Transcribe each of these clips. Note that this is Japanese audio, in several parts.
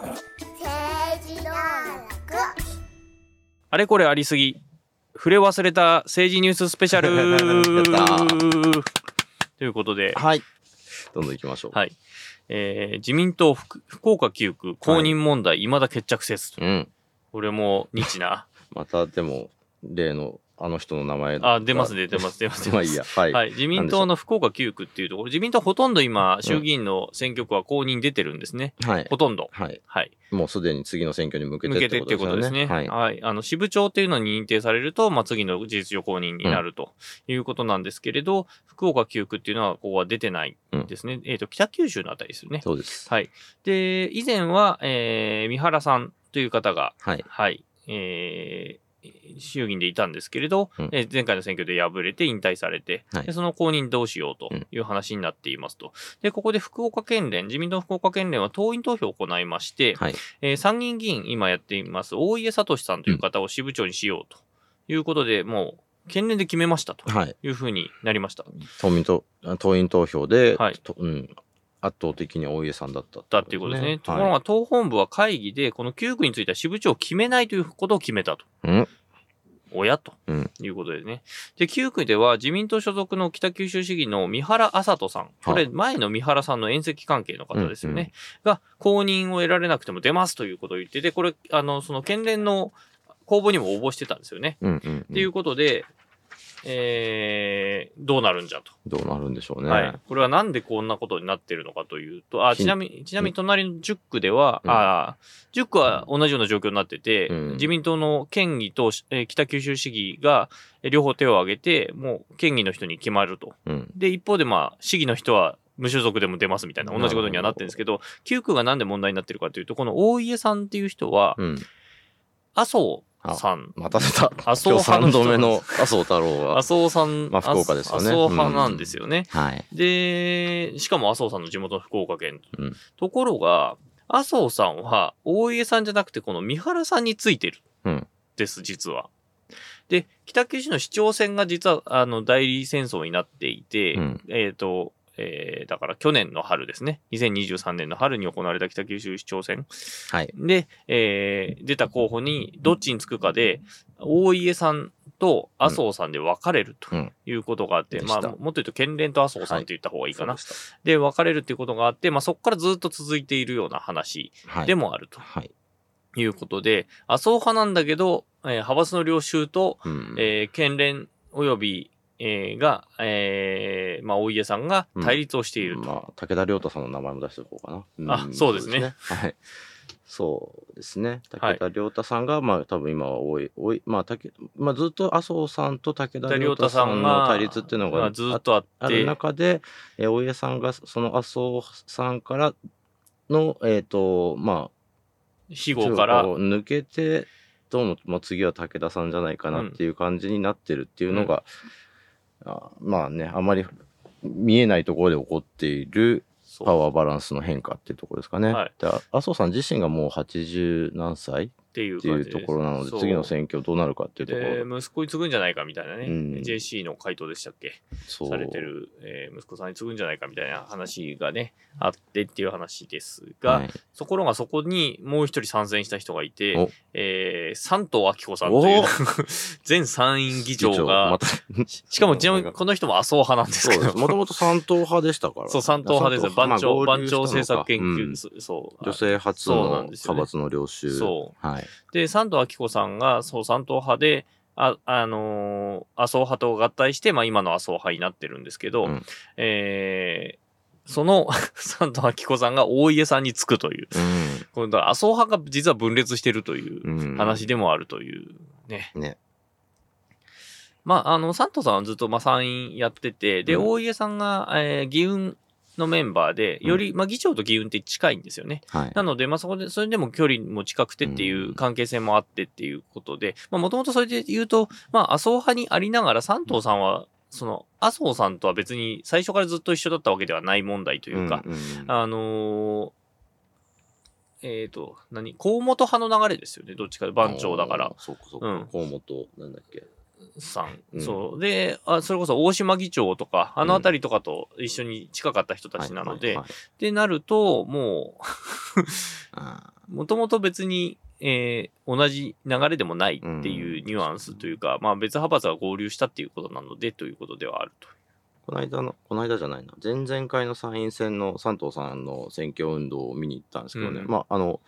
政治道楽あれこれありすぎ。触れ忘れた政治ニューススペシャ やル。ということで、はい。どんどん行きましょう。はい。えー自民党福福岡9区公認問題、未だ決着せず。うん。これも日な。またでも、例のあの人の名前あ、出ますね、出ます、出ます。出 まあまいすいや。はい。はい、自民党の福岡9区っていうところ、自民党ほとんど今、衆議院の選挙区は公認出てるんですね。はい。ほとんど。はい。はい。もうすでに次の選挙に向けて向けてっていうことですね。ははいい、。あの、支部長っていうのに認定されると、まあ、次の事実上公認になるということなんですけれど、福岡9区っていうのは、ここは出てないんですね。えっ、と、北九州のあたりですよね。そうです。はい。で、以前は、えー、三原さんという方が、はい。はい、えー衆議院でいたんですけれど、うんえー前回の選挙で敗れて引退されて、はいでその公認どうしようという話になっていますと。で、ここで福岡県連、自民党福岡県連は党員投票を行いまして、はい。えー参議院議員、今やっています、大家聡さんという方を支部長にしようということで、もう、県連で決めましたとはい。いうふうになりました。党民と党員投票で、はいとうん、圧倒的に大家さんだったっだっていうことですね。ところはが、党本部は会議で、この9区については支部長を決めないということを決めたと。い、うん親とうんいうことですね。で、9区では自民党所属の北九州市議の三原麻人さん、これ前の三原さんの遠戚関係の方ですよね、が公認を得られなくても出ますということを言ってて、これ、あの、その県連の公募にも応募してたんですよね。うんうんっていうことで、えー、どうなるんじゃと。どうなるんでしょうね。はい、これはなんでこんなことになってるのかというと、あひちなみに、ちなみに隣の10区では、うんあ10区は同じような状況になってて、うん自民党の県議と、えー北九州市議がえー両方手を挙げて、もう県議の人に決まると。うんで、一方で、まあ、市議の人は無所属でも出ますみたいな、同じことにはなってるんですけど、9区がなんで問題になってるかというと、この大家さんっていう人は、うん、麻生さん、また出た。麻生派の3人度な目んので麻生太郎は麻。生さん、まあ福岡ですよね麻生派なんですよね。はい。で、しかも麻生さんの地元の福岡県。うんところが、麻生さんは大家さんじゃなくてこの三原さんについてる。うんです、実は。で、北九州の市長選が実は、あの、代理戦争になっていて、うんえっ、と、えーだから去年の春ですね。2023年の春に行われた北九州市長選。はい。で、えー出た候補にどっちにつくかで、大家さんと麻生さんで分かれるとうんいうことがあって、でしまあ、たもっと言うと、県連と麻生さんって言った方がいいかな。そうでしで、分かれるっていうことがあって、まあ、そこからずっと続いているような話たはい。でもあるとはい。いうことで、麻生派なんだけど、えー派閥の領袖と、うんえー県連及び、えーが、えーまあ、大家さんが対立をしていると。まあ、武田良太さんの名前も出しておこうかな。あそうですねそうですねはい。そうですね。はい武田良太さんが、まあ、多分今は多い、多い、まあ、武まあ、ずっと麻生さんと武田良両太太ささんんのが対立っていうのまがあずっとあって、ある中で、えー、大家さんがその麻生さんからの、えっ、と、ま非あ、合から、を抜けて、どうも、まあ、次は武田さんじゃないかなっていう感じになってるっていうのが、あまあね、あまり見えないところで起こっているそうパワーバランスの変化っていうところですかね。はいで麻生さん自身がもう80何歳っっていうてい感うじところなので、そう次の選挙どうなるかっていうとこでろ、息子に継ぐんじゃないかみたいなね、うん JC の回答でしたっけそうされてる、えー息子さんに継ぐんじゃないかみたいな話がねあってっていう話ですが、はいところがそこにもう一人参戦した人がいてお、えー、三藤明子さんという お前参院議長まが、た しかもちなみにこの人も麻生派なんです そけうです。どもともと三党派でしたか ら。そう三党派ですよ番長、まあ番長政策研合流究、したのかそううん女性初のそうなんです派よね閥の領袖。そうはい。で、三藤明子さんが、そう、三党派で、あ、あのー麻生派と合体して、まあ今の麻生派になってるんですけど、うんえーその 三藤明子さんが大家さんにつくという、このだから麻生派が実は分裂してるといううん。うん 話。でもあるというね。ね。まあ、あの、三藤さんはずっと、まあ、参院やってて、で、うん大家さんが、えー議運のメンバーで、より、まあ、議長と議運って近いんですよね。はい。なので、まあ、そこで、それでも距離も近くてっていう関係性もあってっていうことで、まあ、もともとそれで言うと、まあ、麻生派にありながら、三藤さんは、その、麻生さんとは別に最初からずっと一緒だったわけではない問題というか、うんうんあのーえっ、と、何河本派の流れですよね、どっちかで番長だから。。そうかそううかん。河本、なんだっけ。さん、うんそう。であ、それこそ大島議長とか、あのあたりとかと一緒に近かった人たちなので、はいはいはいってなると、もあう、もともと別に、えー同じ流れでもないっていうニュアンスというか、まあ別派閥が合流したっていうことなので、ということではあると。ーこの間の、この間じゃないな、前々回の参院選の山藤さんの選挙運動を見に行ったんですけどうね、んまあ、あの、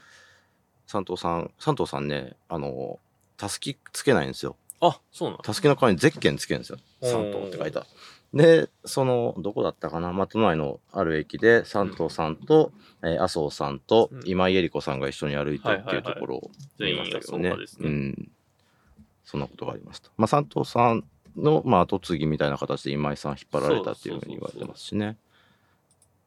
山藤さん、山藤さんね、あの、たすきつけないんですよ。あ、そうなんだ。たすきの代わりにゼッケンつけるんですよ。山東って書いた。で、その、どこだったかな、まあ、都内のある駅で、山東さんと、えー麻生さんとうん今井絵理子さんが一緒に歩いてるはいっていうはいはといころを見全まし員たがけそどうねかです。うね。ん。そんなことがありました。まあ、山東さんの、まあ、後継ぎみたいな形で今井さん引っ張られたっていうふうに言われてますしね。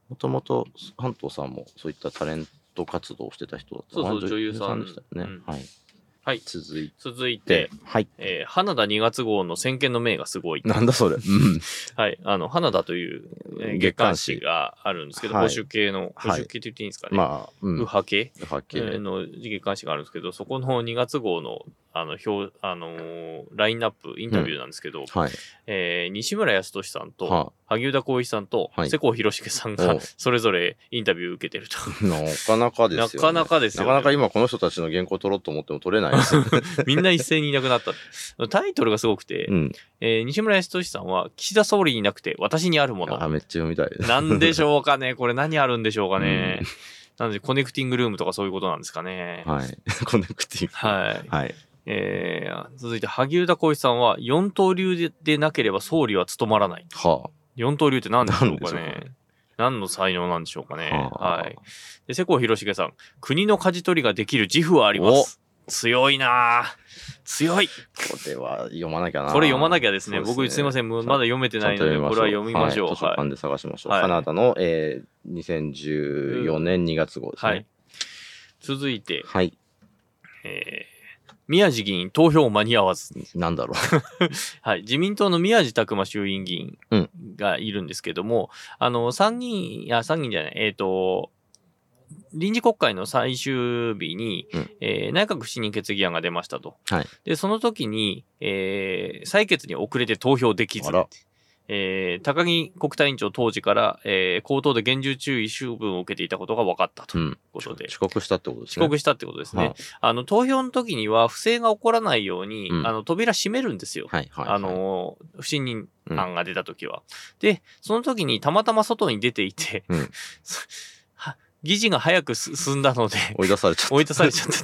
もともと、山東さんもそういったタレント活動をしてた人だったかなそうそう女優さんでしたよね。うんはい。はい。続い続いて、、てはい。えー花田2月号の先見の明がすごい。なんだそれ。うん。はい。あの、花田というえー月月刊刊誌誌があるんですけど、はい保守系の、は保い守系って言っていいんですかね。あ、まあ、うん。右派は系っきりね。の月刊誌があるんですけど、そこの2月号の、あの、表、あのーラインナップ、インタビューなんですけど、はい。えー西村康俊さんと、は萩生田光一さんと、はい世耕弘介さんおがう、それぞれインタビューを受けてると。あ、 なかなかですよ、ね。なかなかですよねなかなか今この人たちの原稿取ろうと思っても取れないですよ ね。みんな一斉にいなくなったって。タイトルがすごくて、うん。えー西村康俊さんは、岸田総理になくて私にあるものあ、。めっちゃ読みたいです。なんでしょうかねこれ何あるんでしょうかね、うなので、コネクティングルームとかそういうことなんですかね。はい。 コネクティング。はい。はい。えー、続いて、萩生田光一さんは、四刀流ででなければ総理は務まらない。は四刀流って何でしょう何でかしょうかねね何の才能なんでしょうかあ。ね。はあはい。。で、世耕弘重さん、国の舵取りができる自負はあります。強いなぁ。強い。これは読まなきゃな。これ読まなきゃですね。そう僕、すいません。もうまだ読めてちゃなんいとので、こ読みまれは読みましょう。図書はい館。で探しましょう。はいカナダの、えー、2014年2月号ですね。はい。続いて、はい。えー宮地議員投票間に合わず。なんだろ はい。自民党の宮地拓馬衆院議員うんがいるんですけども、あの、参議院、あ、参議院じゃない、えっ、と、臨時国会の最終日に、うんえー内閣不信任決議案が出ましたと。はいで、その時に、えー採決に遅れて投票できずあら、えー高木国対委員長当時から、えー口頭で厳重注意処分を受けていたことが分かったう。う。というんことで、遅刻したってことです遅ね。刻したってことですね。はいあの、投票の時には不正が起こらないように、うんあの、扉閉めるんですよ。はいはい。あのー、不信任案が出た時は。で、その時にたまたま外に出ていて、うん は議事が早くす進んだので、追い出されちゃった。追い出されちゃった。っ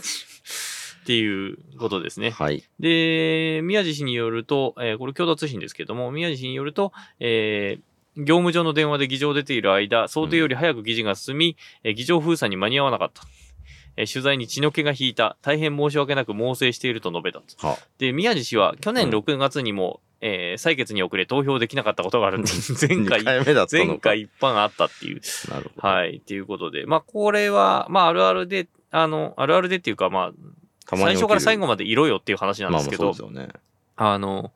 ていうことですね。 はい。で、宮地氏によると、えーこれ共同通信ですけども、宮地氏によると、えー業務上の電話で議場を出ている間、想定より早く議事が進み、えー議場封鎖に間に合わなかった。えー取材に血の気が引いた。大変申し訳なく猛省していると述べたと。はで、宮地氏は去年うん6月にも、えー採決に遅れ投票できなかったことがあるんで、 前二回回、目だったのか。前回。一般あったっていう。なるほど。はい、っていうことで。まあ、これは、まあ、あるあるで、あの、あるあるでっていうか、まあ、たま最に起き初るから最後までいろよっていう話なんまであすまあけそうどです、よね。あの、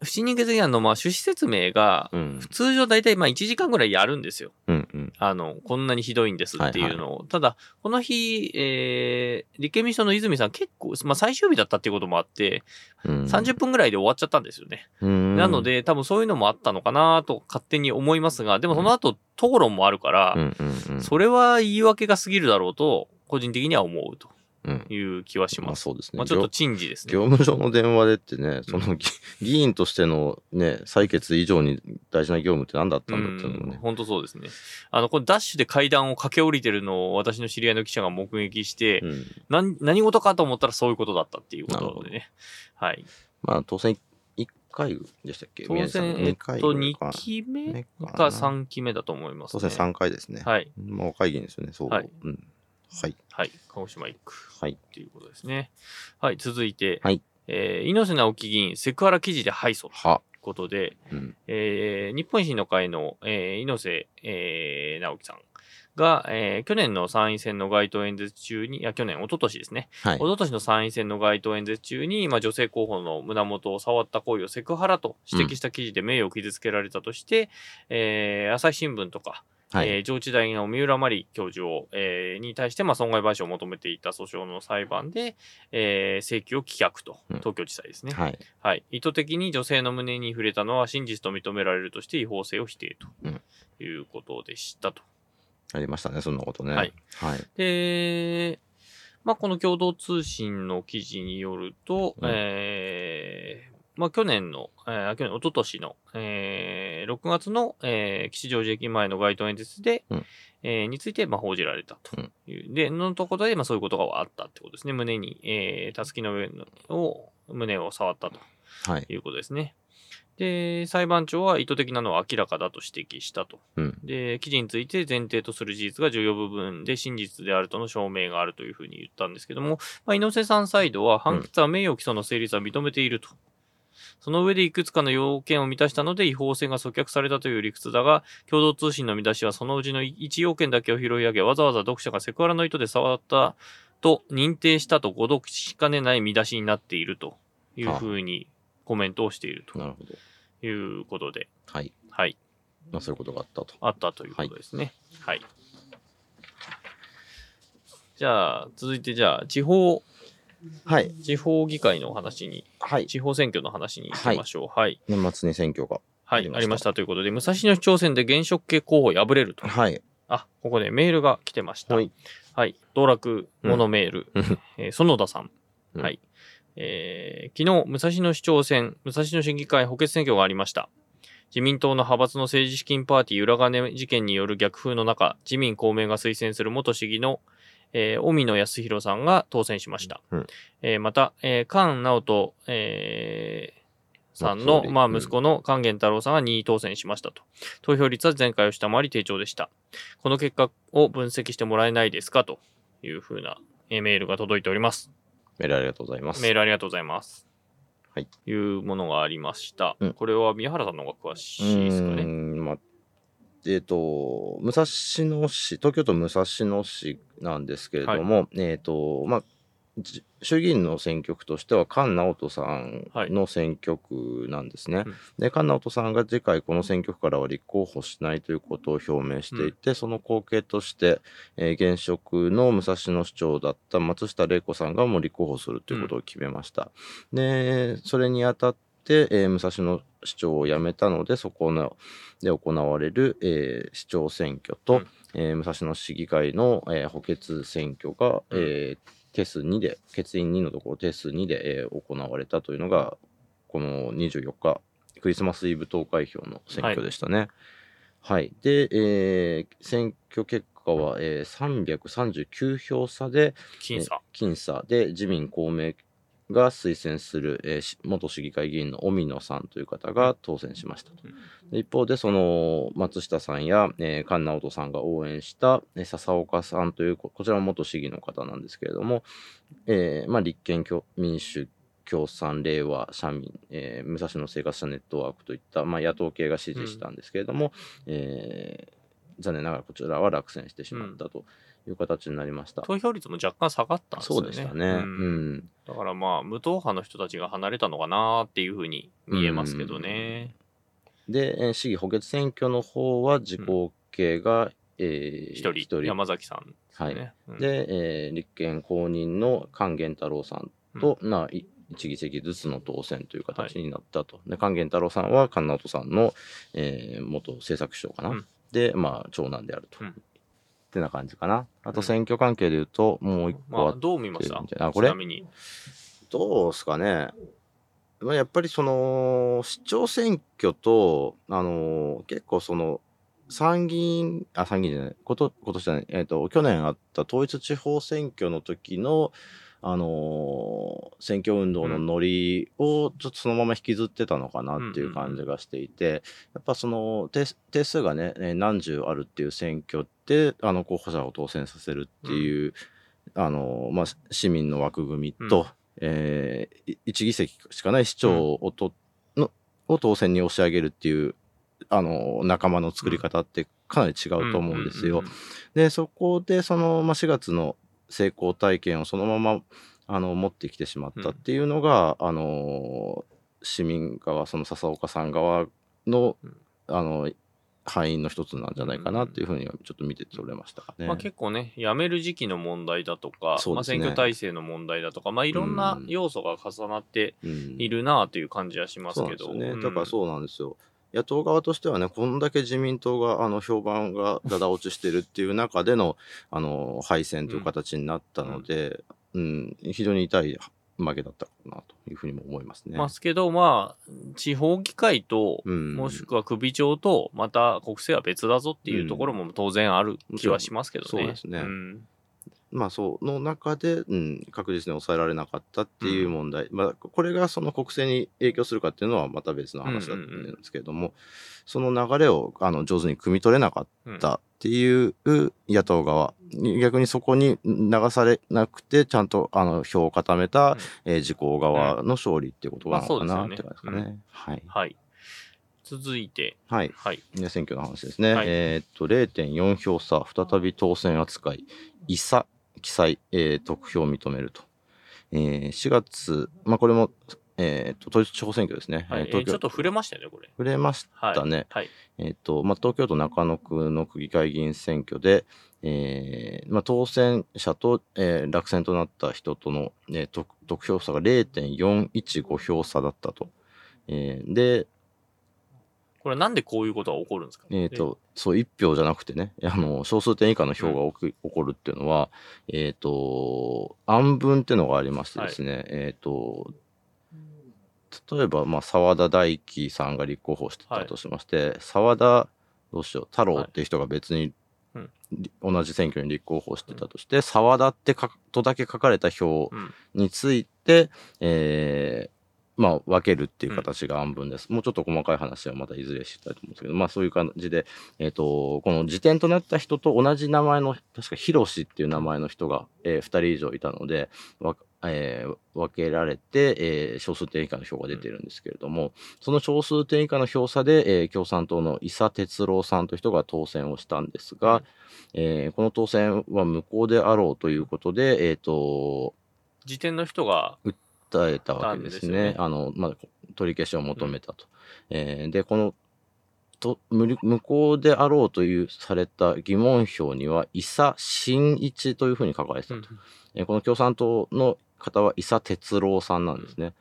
不信任決議案のまあ趣旨説明が、うん。通常大体まあ1時間ぐらいやるんですよ。うんうん。あの、こんなにひどいんですっていうのを。ただ、この日、えー、立憲民主党の泉さん結構、まあ最終日だったっていうこともあって、うん30分ぐらいで終わっちゃったんですよね。ななの、で、多分そういうのもあったのかなと勝手に思いますが、でもその後、討論もあるから、うんうんうん、それは言い訳が過ぎるだろうと、個人的には思うとうんいう気はしままあす。そうですね。まあちょっと陳事ですね。業業務上の電話でってね、その議 議員としてのね、採決以上に大事な業務って何だったんだっていうのもね。本当そうですね。あの、このダッシュで階段を駆け下りてるのを私の知り合いの記者が目撃して、うんなん何事かと思ったらそういうことだったっていうことでね。はい。まあ当選1回でしたっけ当宮地さん選、えっ二回と、ぐらい2かな期目かか3期目だと思います、当ね。選3回ですね。はい。まあ若い議員ですよね、そう。はいうんはい。はい。鹿児島1区。はい。っていうことですね。はい、続いて、はいえー猪瀬直樹議員、セクハラ記事で敗訴というは。ことで、うん。えー日本維新の会の、えー猪瀬、えー直樹さんが、えー去年の参院選の街頭演説中に、いや、去年、一昨年ですね、はい一。昨年の参院選の街頭演説中に、まあ、女性候補の胸元を触った行為をセクハラと指摘した記事で名誉を傷つけられたとして、えー朝日新聞とか、はいえー上智大の三浦真理教授を、えーに対して、まあ、損害賠償を求めていた訴訟の裁判で、えー請求を棄却と、うん東京地裁ですね、はい。はい。意図的に女性の胸に触れたのは真実と認められるとして違法性を否定うんということでしたと。ありましたね、そんなことね。はい。はい。で、まあ、この共同通信の記事によると、うんえーまあ、去年の、えー去年、一昨年の、えー6月の、えー吉祥寺駅前の街頭演説で、うんえーについて、まあ、報じられたという。で、のところで、まあ、そういうことがあったってことですね。胸に、えーたすきの上のを、胸を触ったと。はい。ということですね。で、裁判長は意図的なのは明らかだと指摘したと。うん。で、記事について前提とする事実が重要部分で真実であるとの証明があるというふうに言ったんですけども、まあ、猪瀬さんサイドは判決は名誉毀損の成立は認めていると。その上でいくつかの要件を満たしたので違法性が阻却されたという理屈だが、共同通信の見出しはそのうちの1要件だけを拾い上げ、わざわざ読者がセクハラの意図で触ったと認定したと誤読しかねない見出しになっているというふうにコメントをしているなるとほど。いうことで、はい。はい、まあ、そういうことがあったと。あったということですね。はい。じゃあ、続いてじゃあ、地方、はい。地方議会のお話に、はい。地方選挙の話に行きましょう。はい。年末に選挙が。はい、ありましたということで、武蔵野市長選で現職系候補敗れると。はい。あ、ここでメールが来てました。はい。はい。道楽モノメール、うんえー園田さん。うんはい。えー昨日、武蔵野市長選、武蔵野市議会補欠選挙がありました。自民党の派閥の政治資金パーティー裏金事件による逆風の中、自民公明が推薦する元市議の、えー、荻野康弘さんが当選しました。うんえーまた、えー、菅直人、えーさんまあ総の、理まあ、うん息子の菅源太郎さんが2位当選しましたと。投票率は前回を下回り低調でした。この結果を分析してもらえないですかというふうなえーメールが届いております。メールありがとうございます。メールありがとうございます。はい。いうものがありました。うんこれは宮原さんの方が詳うしいですかーね。ん、まあ、えっ、と、武蔵野市、東京都武蔵野市なんですけれども、えっ、と、まあ、じ衆議院の選挙区としては菅直人さんの選挙区なんですね。うんで菅直人さんが次回この選挙区からは立候補しないということを表明していて、その後継として、えー現職の武蔵野市長だった松下玲子さんがもう立候補するということを決めました。でそれにあたってえー武蔵野市長を辞めたのでそこので行われる、えー市長選挙うと、んえー武蔵野市議会の、えー補欠選挙が、うんえー定数2で欠員2のところ定数2で、えー行われたというのがこの24日クリスマスイブ投開票の選挙でしたね。はい、で、えー選挙結果は、えー339票差で、僅差。僅差で自民公明が推薦する、えーし元市議会議員の荻野さんという方が当選しましたとうんで一方でその松下さんや、えー菅直人さんが応援した、えー笹岡さんというここちらも元市議の方なんですけれども、えーまあ、立憲共民主共産令和社民、えー武蔵野生活者ネットワークといった、まあ、野党系が支持したんですけれども、えー残念ながらこちらは落選してしまったという形になりました。投票率も若干下がったんですそようね。でしたね。ううんんだからまあ、無党派の人たちが離れたのかなっていうふうに見えますけどね。で、えー市議補欠選挙の方は自公系が、えー一、一人、山崎さんですはいね。うん、で、えー立憲公認の菅源太郎さんと、まあ、い1議席ずつの当選という形になったと。で、菅源太郎さんは菅直人さんの、えー元政策秘書かな。うんで、まあ、長男であると。うんってな感じかな。あうんと、選挙関係で言うと、もう一個まああ、っどう見ましたみたいなあこれちなみに。どうですかね、まあ、やっぱりその市長選挙と、あのー結構その参議院あ参議院じゃないこと今年じゃない、えー、と去年あった統一地方選挙の時の、あのー選挙運動のノリをちょっとそのまま引きずってたのかなっていう感じがしていて、やっぱその定定数がねえー何十あるっていう選挙ってあの候補者を当選させるっていう、あのまあ、市民の枠組みと、うんえ1議席しかない市長をと、のを当選に押し上げるっていうあの仲間の作り方ってかなり違うと思うんですよ。んんでそこでその、まあ、4月の成功体験をそのままあの持ってきてしまったっていうのが、あの市民側その笹岡さん側の,、うんあの敗因の一つなんじゃないかなっていうふうにはちょっと見て取れましたかね。まあ、結構ね、辞める時期の問題だとか、そうまであ、すね選挙体制の問題だとか、まあ、いろんな要素が重なってうんいるなあという感じはしますけど。そうなんですようんね。だからそうなんですよ。野党側としてはね、こんだけ自民党があの評判がだだ落ちしてるっていう中での あの敗戦という形になったので、うん、非常に痛い負けだったかなというふうにも思いますね。ますけど、まあ、地方議会と、うん、もしくは首長と、また国政は別だぞっていうところも当然ある気はしますけどね。そうですねんまあ、その中で、うん、確実に抑えられなかったっていう問題、まあ、これがその国政に影響するかっていうのはまた別の話だったんですけれども、その流れをあの上手に汲み取れなかったっていう野党側、逆にそこに流されなくて、ちゃんとあの票を固めた、えー自公側の勝利っていうことなのかまあなそうっですてよね感じですかね。はい、はい。続いて、はいはい。ね選挙の話ですね。はいえーっと、0.4票差、再び当選扱い、いさ、記載、えー得票を認めると。えー4月、まあ、これも、えーっと、統一地方選挙ですね。はいえーえー東ちょ京っと触れましたよね、これ。触れましはい。たね。はい。えーっと、まあ、東京都中野区の区議会議員選挙で、えーまあ、当選者と、えー落選となった人との、えー得得票差が0.415票差だったと。えーで、これなんでこういうことが起こるんですかえっ、と、そう、1票じゃなくてね、 あの、少数点以下の票が起き起こるっていうのは、えっ、と、暗分っていうのがありましてですね、えっ、と、例えば、まあ、沢田大樹さんが立候補してたとしまして、沢田、どうしよう、太郎っていう人が別に、はいうんり同じ選挙に立候補してたとして、沢田ってかとだけ書かれた票うんについて、えーまあ、分けるっていう形が暗分です、もうちょっと細かい話はまたいずれしたいと思うんですけど、まあ、そういう感じで、えっとこの辞典となった人と同じ名前の確かヒロシっていう名前の人が、え2人以上いたので、わえー分けられて、えー少数点以下の票が出てるんですけれども、その少数点以下の票差で、えー共産党の伊佐哲郎さんという人が当選をしたんですが、えーこの当選は無効であろうということで、えっと時点の人が、訴えたわけで訴えたんですね。すよねあの、まあ、こ取り消しを求めたと。えーで、この、と無理無効であろうというされた疑問票には、伊佐真一というふうに書かれてたと。えーこの共産党の方は伊佐哲郎さんなんですね。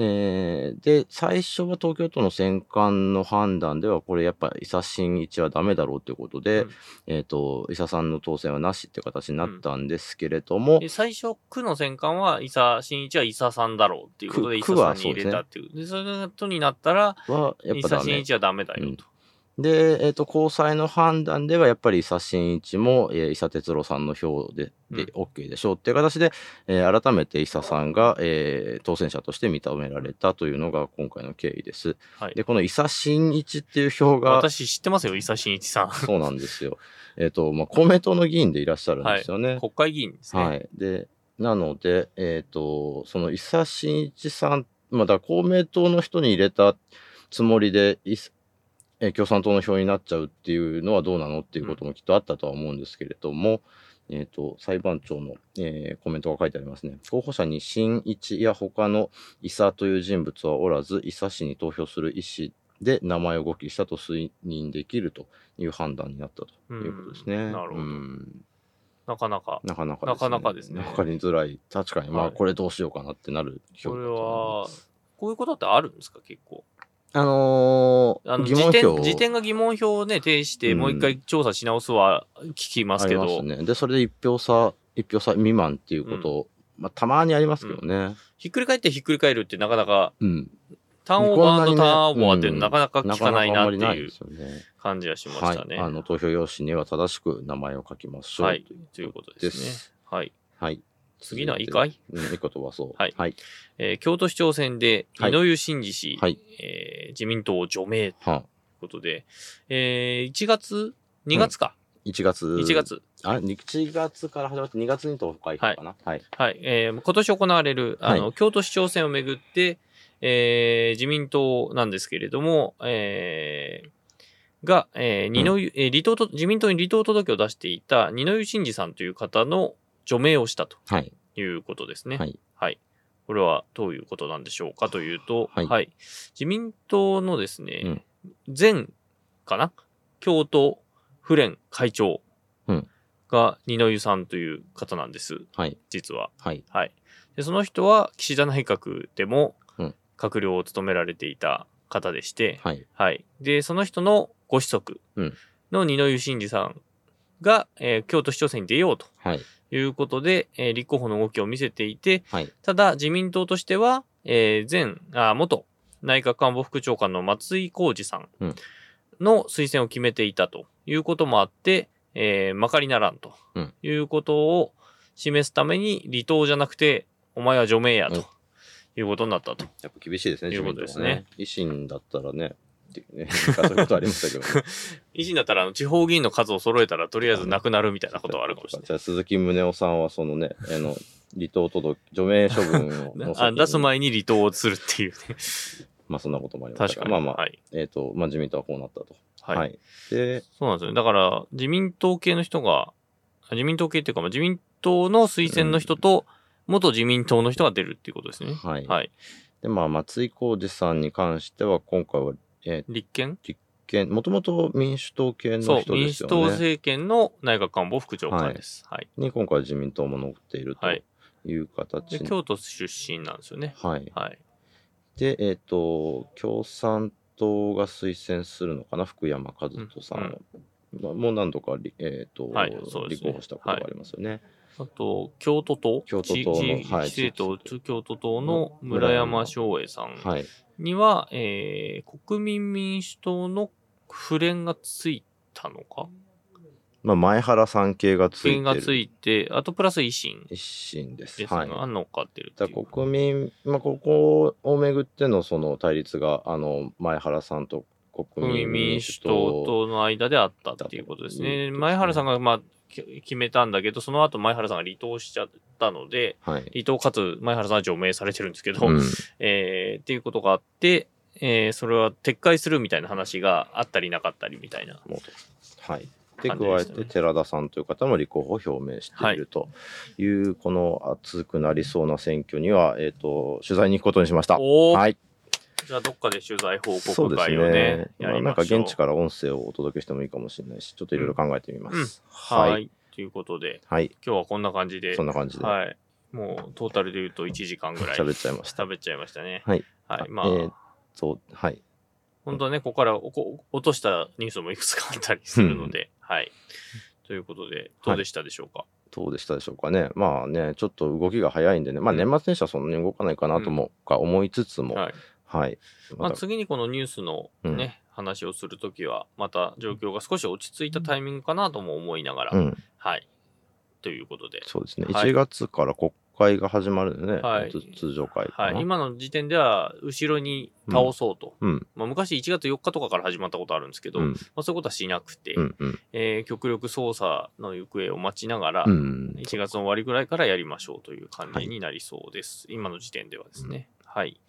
でで、最初は東京都の選管の判断では、これやっぱ伊佐真一はダメだろうということで、うんえっ、と、伊佐さんの当選はなしって形になったんですけれども、え最初、区の戦艦は、伊佐新一は伊佐さんだろうっていうことで、伊区佐区さはんに入れたっていう。で、その後になったら、はやっ伊ぱ佐ダ新メ。一はダメだよと。で、えっと高裁の判断ではやっぱり伊佐真一も、えー伊佐哲郎さんの票ででうん OK でしょうっていう形で、えー改めて伊佐さんが、えー当選者として認められたというのが今回の経緯です。はいでこの伊佐真一っていう票が私知ってますよ、伊佐新一さん。そうなんですよ。えっ、と、まあ、公明党の議員でいらっしゃるんですよね。国会議員ですね。はい。で、なので、えっ、と、その伊佐真一さん、まあだから公明党の人に入れたつもりで、いすえー共産党の票になっちゃうっていうのはどうなのっていうこともきっとあったとは思うんですけれども、えっ、と、裁判長の、えーコメントが書いてありますね。候補者に新一や他の伊佐という人物はおらず、伊佐氏に投票する意思で名前を合記したと推認できるという判断になったということですね。うんなるほどうんなかなか。なかなかなかなかですねわかりづらい。確かに、まはあ、いこれどうしようかなってなる票これだと思はいます。、こういうことってあるんですか、結構。あのーあの疑問票を時点が疑問票をね、提示して、うんもう一回調査し直すは聞きますけありど、ますね。で、それで一票差、一票差未満っていうこと、まあ、たまにありますけどね。ひっくり返ってひっくり返るってなかなか、うん。ターンオーバーことんターンなオにーねバーってうんなかなかな聞かかなないかなあんっまてりないいでうすよね。感じがしまはしたい。ね。あの、投票用紙には正しく名前を書きましょう。はいということですね。ですはい。はい。次のはいいかい、うん、いいことはそう。はいはい。えー京都市長選で、は井い上真司氏、はいえー自民党を除名というはことで、えー1月、2月か、 1月。 1。月、あ、1月から始まって2月に投開票かな。はい。はい、えー今年行われる、あの、は京都市長選をめぐって、えー自民党なんですけれども、えーが、えー二の湯、えー離党と、自民党に離党届を出していた二の湯真司さんという方の除名をしたとはい。いうことですね。はい。これはどういうことなんでしょうかというと、は。はいい自民党のですね、前かな京都府連会長うんが二之湯さんという方なんです、はい。実は。はい。はい。で、その人は岸田内閣でもうん閣僚を務められていた方でして、はい。はい。で、その人のご子息うんの二之湯真司さんが、えー京都市長選に出ようとはい。いうことで、えー立候補の動きを見せていて、はい。ただ自民党としては、えー前、あ元内閣官房副長官の松井浩二さんうんの推薦を決めていたということもあって、えーまかりならんとうんいうことを示すために、離党じゃなくて、お前は除名やうんということになったと。やっぱ厳しいですね、いうことですね自民党は維新だったらね、っ ていうね、なんかそういうことありましたけどね。維新だったらあの地方議員の数を揃えたらとりあえずなくなるみたいなことはあるかもしれない。 じゃあ、鈴木宗男さんは、そのね、あの、離党届、除名処分を載せて あ出す前に離党をするっていうね。まあ、そんなこともありまし確かたがに。まあまあ、はい。えっと、まあ、自民党はこうなったと。はい。はい。で、そうなんですよね。だから、自民党系の人が、あ自民党系っていうか、まあ自民党の推薦の人と、元自民党の人が出るっていうことですね。はい。はい。で、まあ、松井浩二さんに関しては、今回は、え立憲ー、もともと民主党系そのう、人で民す主よ党ね。政権の内閣官房副長官です。はい。に、今回は自民党も乗っているとはいいうで、形に京都出身なんですよね。はい。はい。で、えっ、と、共産党が推薦するのかな、福山和人さんを。まあ、もう何度かり、えっとはいそうですね立候補したことがありますよね。あと、京都党京都党の地域はい政党、京都党の村山昭恵さんはい。には、えー国民民主党の不連がついたのかまあ、前原さん系がつ不い連がつてるいて、あとプラス維新一心で。ですすが、はい。あ乗っかってるってだいからう。国民、まあ、ここをめぐってのその対立が、あの、前原さんと国国民民民民主主党党とと、の間であったっていうことですいうね。ことですね前原さんが、まあ、き決めたんだけど、その後前原さんが離党しちゃったので、はい。離党かつ前原さんは除名されてるんですけど、うんえーっていうことがあって、えーそれは撤回するみたいな話があったりなかったりみたいな。はい。で加感じでえしたねて寺田さんという方も立候補を表明しているという、この熱くなりそうな選挙には、えっと取材に行くことにしました。おーはい、じゃあどっかで取材報そう告です会をねね、。やまありなんまかしょう。現地から音声をお届けしてもいいかもしれないし、ちょっといろいろ考えてみます。は、はいい、ということで、はい、今日はこんな感じでそん、な感じではい。もうトータルで言うと1時間ぐらい喋っちゃいました。食べちゃいましたね。はい、はい。まあ、えーっとはい、本当はね、ここからおこ落としたニュースもいくつかあったりするので、はい。ということで、どうでしたでしょうか。どうでしたでしょうかね。まあね、ちょっと動きが早いんでね、まあ年末年始はそんなに動かないかなとも、か思いつつも、はい。はい、まあ、また次にこのニュースのね、話をするときは、また状況が少し落ち着いたタイミングかなとも思いながら、うん。はい。ということで、そうですね、はい1月から国会が始まるんでね、はいつ通常会かはな、い。今の時点では、後ろに倒そうと。うんまあ、昔1月4日とかから始まったことあるんですけど、うまんあ、そういうことはしなくて、うんうんえー極力捜査の行方を待ちながら、うん1月の終わりぐらいからやりましょうという感じになりそうです。今の時点ではですね。はい。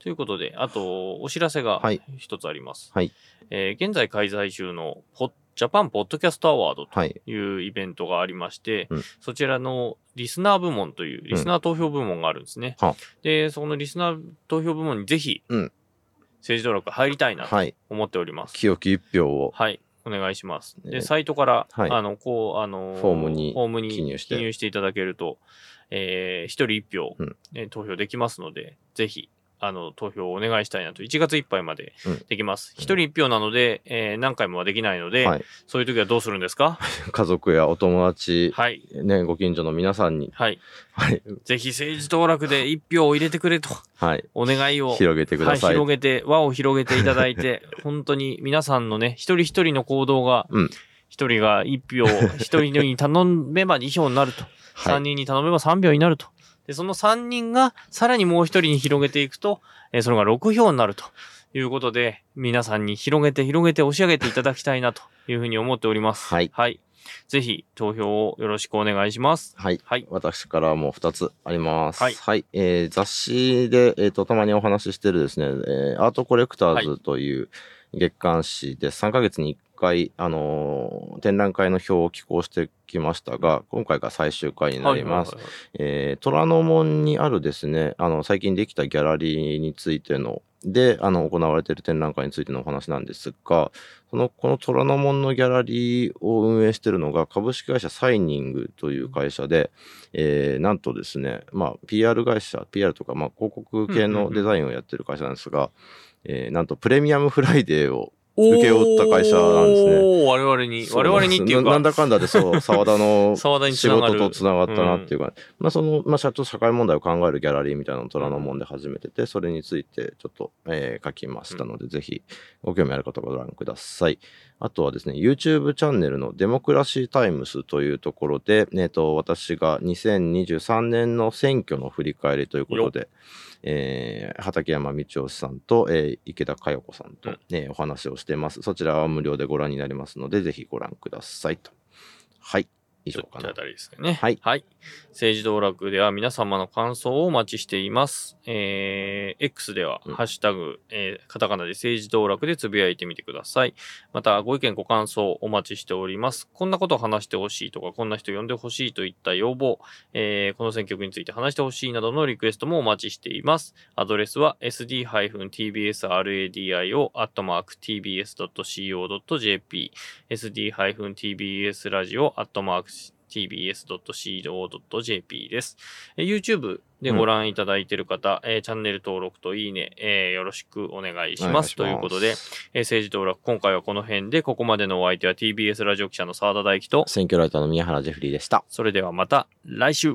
ということで、あと、お知らせがはい一つあります。はいえー現在開催中のポッ、ジャパンポッドキャストアワードとはいいうイベントがありまして、うんそちらのリスナー部門という、リスナー投票部門があるんですね。はで、そのリスナー投票部門にぜひ、うん政治登録入りたいなとはい思っております。清き一票を はい、お願いします。えで、ーサイトから、はいあの、こう、あのフォームにフォームに記記入入ししてていただけると、えー、一人一票、うんえー投票できますので、ぜひ、あの、投票をお願いしたいなと、1月いっぱいまでうんできます。うん一、人一票なので、えー、何回もはできないので、はい、そういう時はどうするんですか家族やお友達、はい。ね、ご近所の皆さんに、はい。はいぜひ政治当落で一票を入れてくれと、はい、お願いを。広げてくださ。はいい、広げて、輪を広げていただい て、本当に皆さんのね、一人一人の行動がうん、一、人が一票、一人に頼めば二票になると、 はい三、人に頼めば三票になると。で、その三人がさらにもう一人に広げていくと、えーそれが六票になるということで、皆さんに広げて広げて押し上げていただきたいなというふうに思っております。はいぜひ投票をよろしくお願いします。はいはい。私からも2つあります。はいえー雑誌で、えー、とたまにお話ししてるですね、えーアートコレクターズという月刊誌で3ヶ月に1回、あのー展覧会の表を寄稿してきましたが、今回が最終回になります。はいはいはいえー虎ノ門にあるですね、あの最近できたギャラリーについての、であの行われている展覧会についてのお話なんですがそのこの虎ノ門のギャラリーを運営しているのが株式会社サイニングという会社で、えーなんとですね、まあ、PR 会社 PR とか、まあ、広告系のデザインをやってる会社なんですが、えーなんとプレミアムフライデーを請け負った会社なんですおーね我々に、そう我々にっていうななんか、だかんだでそう澤田の 沢田に仕つなが事る。とつながったなっていうか、まあその、まあ、社長社会問題を考えるギャラリーみたいなのを虎ノ門で始めててそれについてちょっと、えー書きましたので、ぜひご興味ある方はご覧くださいあとはですね YouTube チャンネルの「デモクラシータイムス」というところで、えー、と私が2023年の選挙の振り返りということでえー畠山道夫さんと、えー池田佳代子さんと、うんえーお話をしてます。そちらは無料でご覧になりますので、ぜひご覧くださいと。はい、以上かといなうあ。たりですかね。はい政治道楽では皆様の感想をお待ちしています。えー X では、うんハッシュタグ、えーカタカナで政治道楽でつぶやいてみてください。また、ご意見、ご感想お待ちしております。こんなことを話してほしいとか、こんな人呼んでほしいといった要望、えーこの選挙区について話してほしいなどのリクエストもお待ちしています。アドレスは sd-tbsradio.tbs.co.jp sd-tbsradio.tbs.co.jp です。えー YouTube でご覧いただいている方、えーチャンネル登録といいね、えーよろしくお願いしお願まいす。しということで、えー政治と楽、今回はこの辺で、ここまでのお相手は TBS ラジオ記者の澤田大樹と、選挙ライターの宮原ジェフリーでした。それではまた来週